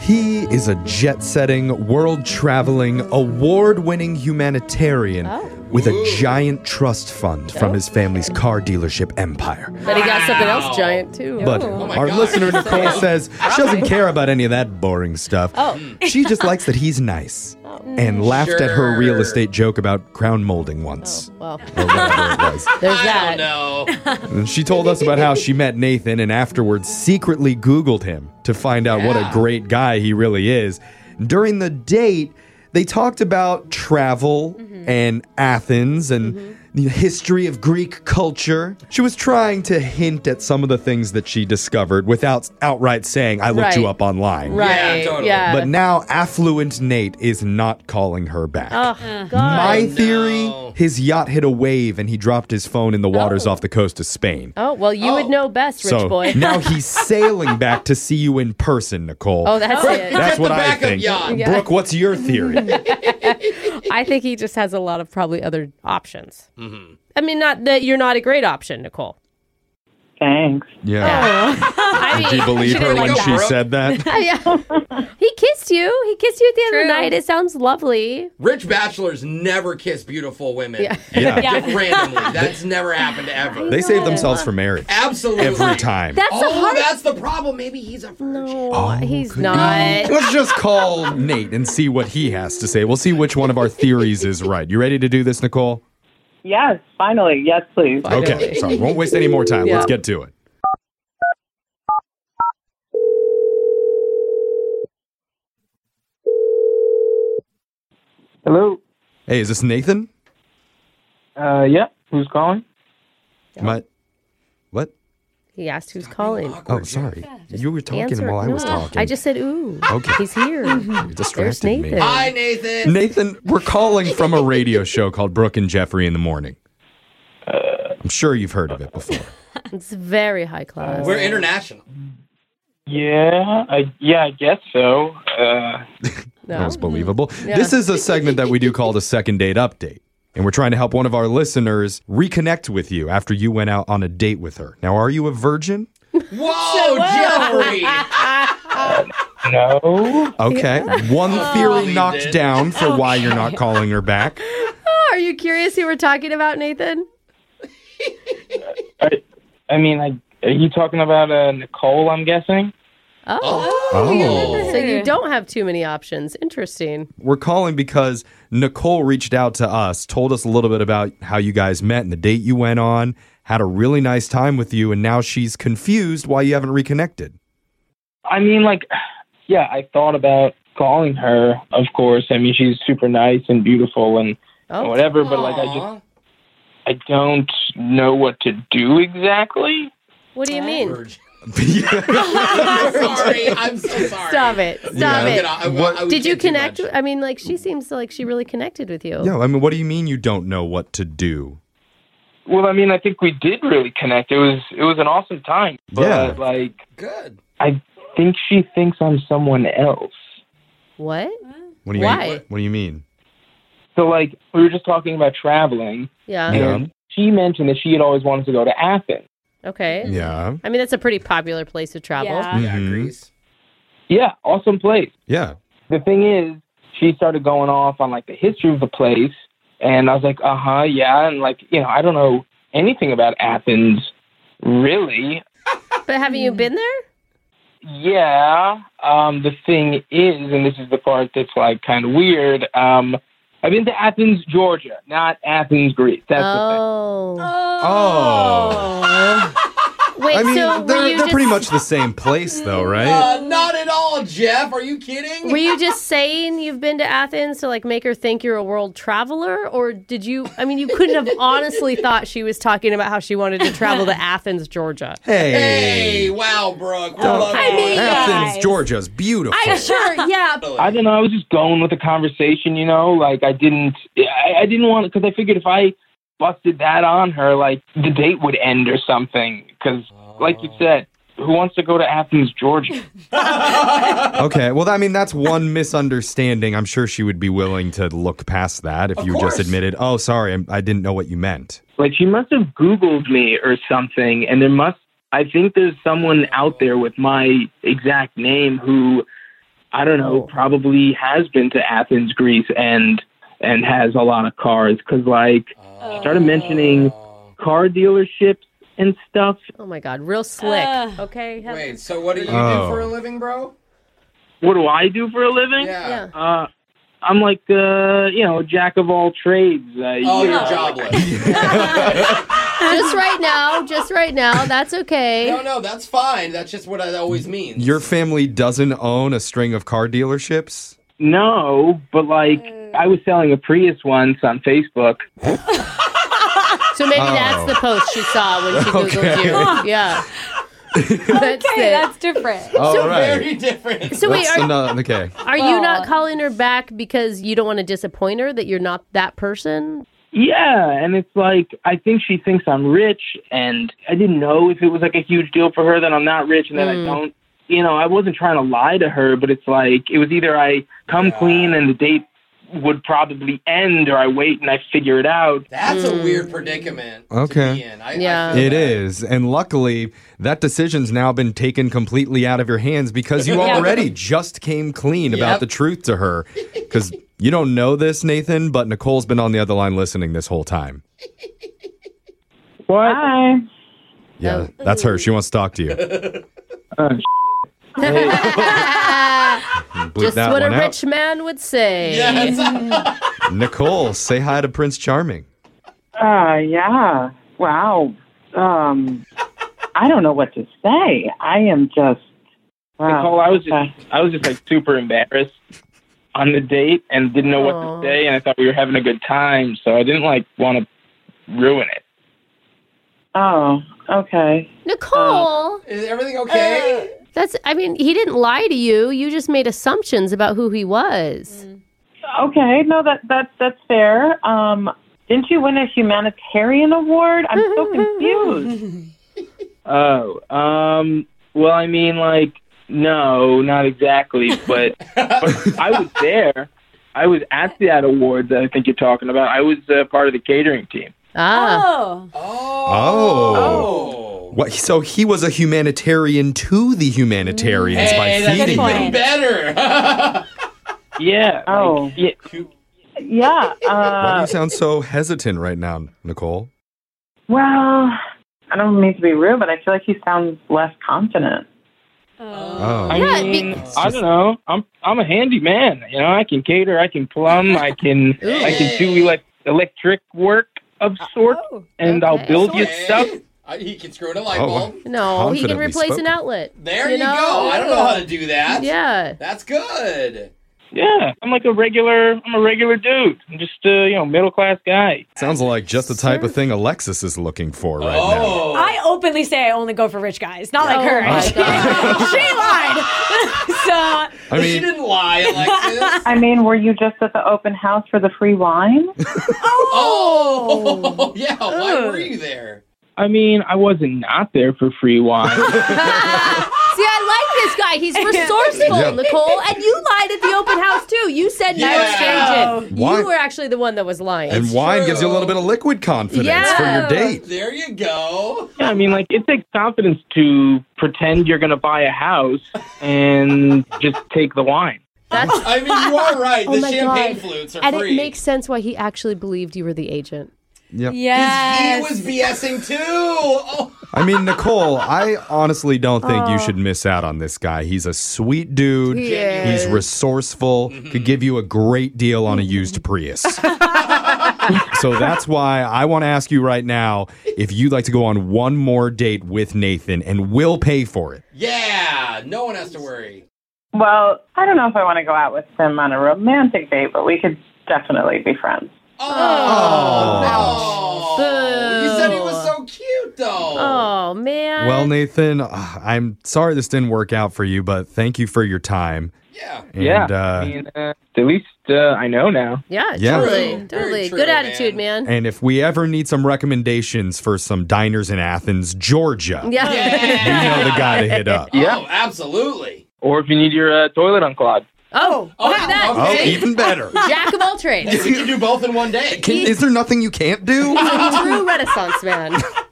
He is a jet setting, world traveling, award winning humanitarian Oh. with a giant trust fund from his family's car dealership empire. But he got something else giant too. But Oh our listener Nicole says she doesn't care about any of that boring stuff. Oh. She just likes that he's nice and laughed at her real Sure. estate joke about crown molding once. well, Or whatever it was. there's I that. don't know. And she told us about how she met Nathan and afterwards secretly Googled him to find out what a Yeah. great guy he really is. During the date, they talked about travel Mm-hmm. and Athens and the history of Greek culture. She was trying to hint at some of the things that she discovered without outright saying, I looked you Right. up online. Right. Yeah. totally. But now affluent Nate is not calling her back. oh, God. My theory no. his yacht hit a wave and he dropped his phone in the waters off the coast of Spain. oh, well, you would know best, rich So boy. now he's sailing back to see you in person, Nicole. Oh, that's it. That's the what I backup think. yacht. Yeah. Brooke, what's your theory? I think he just has a lot of probably other options. Mm-hmm. I mean, not that you're not a great option, Nicole. Thanks. yeah. Oh. I Did you believe her when go, she Brooke. said that? he kissed you. He kissed you at the end of the True. night. It sounds lovely. Rich bachelors never kiss beautiful women. Yeah. Just randomly. That's never happened ever. They save themselves for marriage Absolutely. every time. That's a Oh, hard. that's the problem. Maybe he's a virgin. No, he's could be. not. Let's just call Nate and see what he has to say. We'll see which one of our theories is right. You ready to do this, Nicole? Yes, finally. Yes, please. Okay. Sorry. Won't waste any more time. Let's get to it. Hello. Hey, is this Nathan? Uh, yeah. Who's calling? Am I- What? He asked who's calling. Oh, sorry. You were talking Answer. while I was No, talking. I just said, ooh. Okay. He's here. You There's distracted me. Nathan. Hi, Nathan. Nathan, we're calling from a radio show called Brooke and Jeffrey in the Morning. I'm sure you've heard of it before. It's very high class. We're international. Yeah. I, yeah, I guess so. Uh, no. That was believable. This is a segment that we do called a second date update. And we're trying to help one of our listeners reconnect with you after you went out on a date with her. Now, are you a virgin? Whoa, Jeffrey. Oh, no. Okay. One theory Believed knocked it. down for why you're not calling her back. Oh, are you curious who we're talking about, Nathan? I, I mean, I, are you talking about uh, Nicole, I'm guessing? Oh. Oh. So you don't have too many options. Interesting. We're calling because Nicole reached out to us, told us a little bit about how you guys met and the date you went on, had a really nice time with you, and now she's confused why you haven't reconnected. I mean, like, yeah, I thought about calling her, of course. I mean, she's super nice and beautiful and Oh. whatever, but, like, I just, Aw. I don't know what to do exactly. What do you mean? Virgin. I'm sorry. I'm so sorry. Stop it. Stop I'll it. get off- I will- I would Did you get too connect? much. I mean, like she seems like she really connected with you. Yeah, I mean, what do you mean you don't know what to do? Well, I mean, I think we did really connect. It was it was an awesome time. But Yeah. like Good. I think she thinks I'm someone else. What? What do you Why? Mean? What do you mean? So like we were just talking about traveling Yeah. Yeah. and she mentioned that she had always wanted to go to Athens. Okay. Yeah. I mean, that's a pretty popular place to travel. Yeah. Yeah, Mhm. Greece. Yeah, awesome place. Yeah. The thing is, she started going off on like the history of the place and I was like, "Uh-huh, yeah." And like, you know, I don't know anything about Athens really. But haven't you been there? Yeah. Um, the thing is, and this is the part that's like kind of weird. Um, I've been to Athens, Georgia, not Athens, Greece. That's oh. Oh. Wait. I mean, so were they're, you they're just, pretty much the same place, though, right? Uh, not at all, Jeff. Are you kidding? Were you just saying you've been to Athens to like make her think you're a world traveler, or did you? I mean, you couldn't have honestly thought she was talking about how she wanted to travel to Athens, Georgia. hey. hey, wow, Brooke. We're loving I mean- it. Athens, guys. Georgia's beautiful. I'm sure. Yeah. the thing. I don't know. I was just going with the conversation, you know. Like I didn't, I, I didn't want because I figured if I busted that on her, like the date would end or something. Because, like you said, who wants to go to Athens, Georgia? Okay, well, I mean, that's one misunderstanding. I'm sure she would be willing to look past that if you course. just admitted, oh, sorry, I'm- I didn't know what you meant. like she must have Googled me or something, and there must. I think there's someone out there with my exact name who I don't know, probably has been to Athens, Greece, and and has a lot of cars because like she started mentioning car dealerships and stuff. Oh my God, real slick. Uh, okay. Heather? Wait, so what do you Oh. do for a living, bro? What do I do for a living? Yeah. Yeah. Uh, I'm like uh, you know, jack of all trades. Uh, Oh, you you're know, jobless. Just right now, just right now. That's okay. no, no, that's fine. That's just what it always means. Your family doesn't own a string of car dealerships? No, but like Mm. I was selling a Prius once on Facebook. So maybe Oh. that's the post she saw when she googled Okay. you. Yeah. that's Okay, it. that's different. All Very different. so wait, That's are, another, okay. are you Aw. not calling her back because you don't want to disappoint her that you're not that person? Yeah, and it's like I think she thinks I'm rich, and I didn't know if it was like a huge deal for her that I'm not rich and that Mm. I don't. You know, I wasn't trying to lie to her, but it's like it was either I come clean and the date would probably end, or I wait and I figure it out. That's a weird predicament. Okay. To be in. I, Hmm. Yeah. I feel It that. is. And luckily, that decision's now been taken completely out of your hands because you Yeah. already just came clean about Yep. the truth to her. Because you don't know this, Nathan, but Nicole's been on the other line listening this whole time. What? Ah. Oh. Yeah, that's her. She wants to talk to you. Bleep Just that what a one out. rich man would say. Yes. Nicole, say hi to Prince Charming. Uh, yeah. Wow. Um, I don't know what to say. I am just. Wow. Nicole, I was Okay. just I was just like super embarrassed on the date and didn't know Aw. what to say, and I thought we were having a good time, so I didn't like want to ruin it. Oh, okay. Nicole, is everything okay? that's, I mean, he didn't lie to you. You just made assumptions about who he was. Mm. Okay. No, that that that's fair. Um, didn't you win a humanitarian award? I'm so confused. Oh, um, well, I mean, like, no, not exactly, but, but I was there. I was at that award that I think you're talking about. I was uh, part of the catering team. Ah. Oh. Oh. What, so he was a humanitarian to the humanitarians Hey, by that's feeding point. them. even better. Yeah. like, Oh. yeah. Yeah. Why do Uh, you sound so hesitant right now, Nicole? well, I don't mean to be rude, but I feel like he sounds less confident. Uh, Oh. I Yeah, mean, be- I don't know. I'm I'm a handy man. You know, I can cater. I can plumb. I can I can do elec electric work of sort, oh, and Uh, I'll okay. build you Hey, stuff. I- he can screw in a light Oh. bulb. No, he can Confidently replace spoken. an outlet. There you, You know? go. I don't know how to do that. Yeah. That's good. Yeah, I'm like a regular. I'm a regular dude. I'm just uh, you know middle class guy. Sounds like just the type of thing Alexis is looking for right now. oh. I openly say I only go for rich guys, not like Oh her. my God. she lied. so I But she mean, didn't lie, Alexis. I mean, were you just at the open house for the free wine? oh, yeah. Why were you there? I mean, I wasn't not there for free wine. See, I like this guy. He's resourceful, Yeah. Nicole. And you lied at the open house too. You said no Yeah. exchange it. Why- You were actually the one that was lying. and It's wine true. gives you a little bit of liquid confidence Yeah. for your date. There you go. yeah, I mean, like it takes confidence to pretend you're gonna buy a house and just take the wine. That's, I mean, you are right. Oh the my champagne God. flutes are and free. it makes sense why he actually believed you were the agent. he yes. was BSing too. Oh, I mean, Nicole, I honestly don't think you should miss out on this guy. He's a sweet dude. Yes. He's resourceful. Mm-hmm. Could give you a great deal on a used Prius. so that's why I want to ask you right now if you'd like to go on one more date with Nathan, and we'll pay for it. yeah. No one has to worry. Well, I don't know if I want to go out with him on a romantic date, but we could definitely be friends. Oh, Oh. no. You said he Boo. was so cute, though. Oh man. Well, Nathan, uh, I'm sorry this didn't work out for you, but thank you for your time. Yeah. And, yeah, uh, I mean, uh, at least uh, I know now. yeah, Yeah. totally, True. totally. Very true, Good attitude, man. and if we ever need some recommendations for some diners in Athens, Georgia, Yeah. you know the guy to hit up. Yeah. Oh, absolutely. Or if you need your uh, toilet unclogged. Oh, Oh, look at that. Oh, okay. even better. Jack of all trades. You can do both in one day. Can, is there nothing you can't do? True Renaissance man.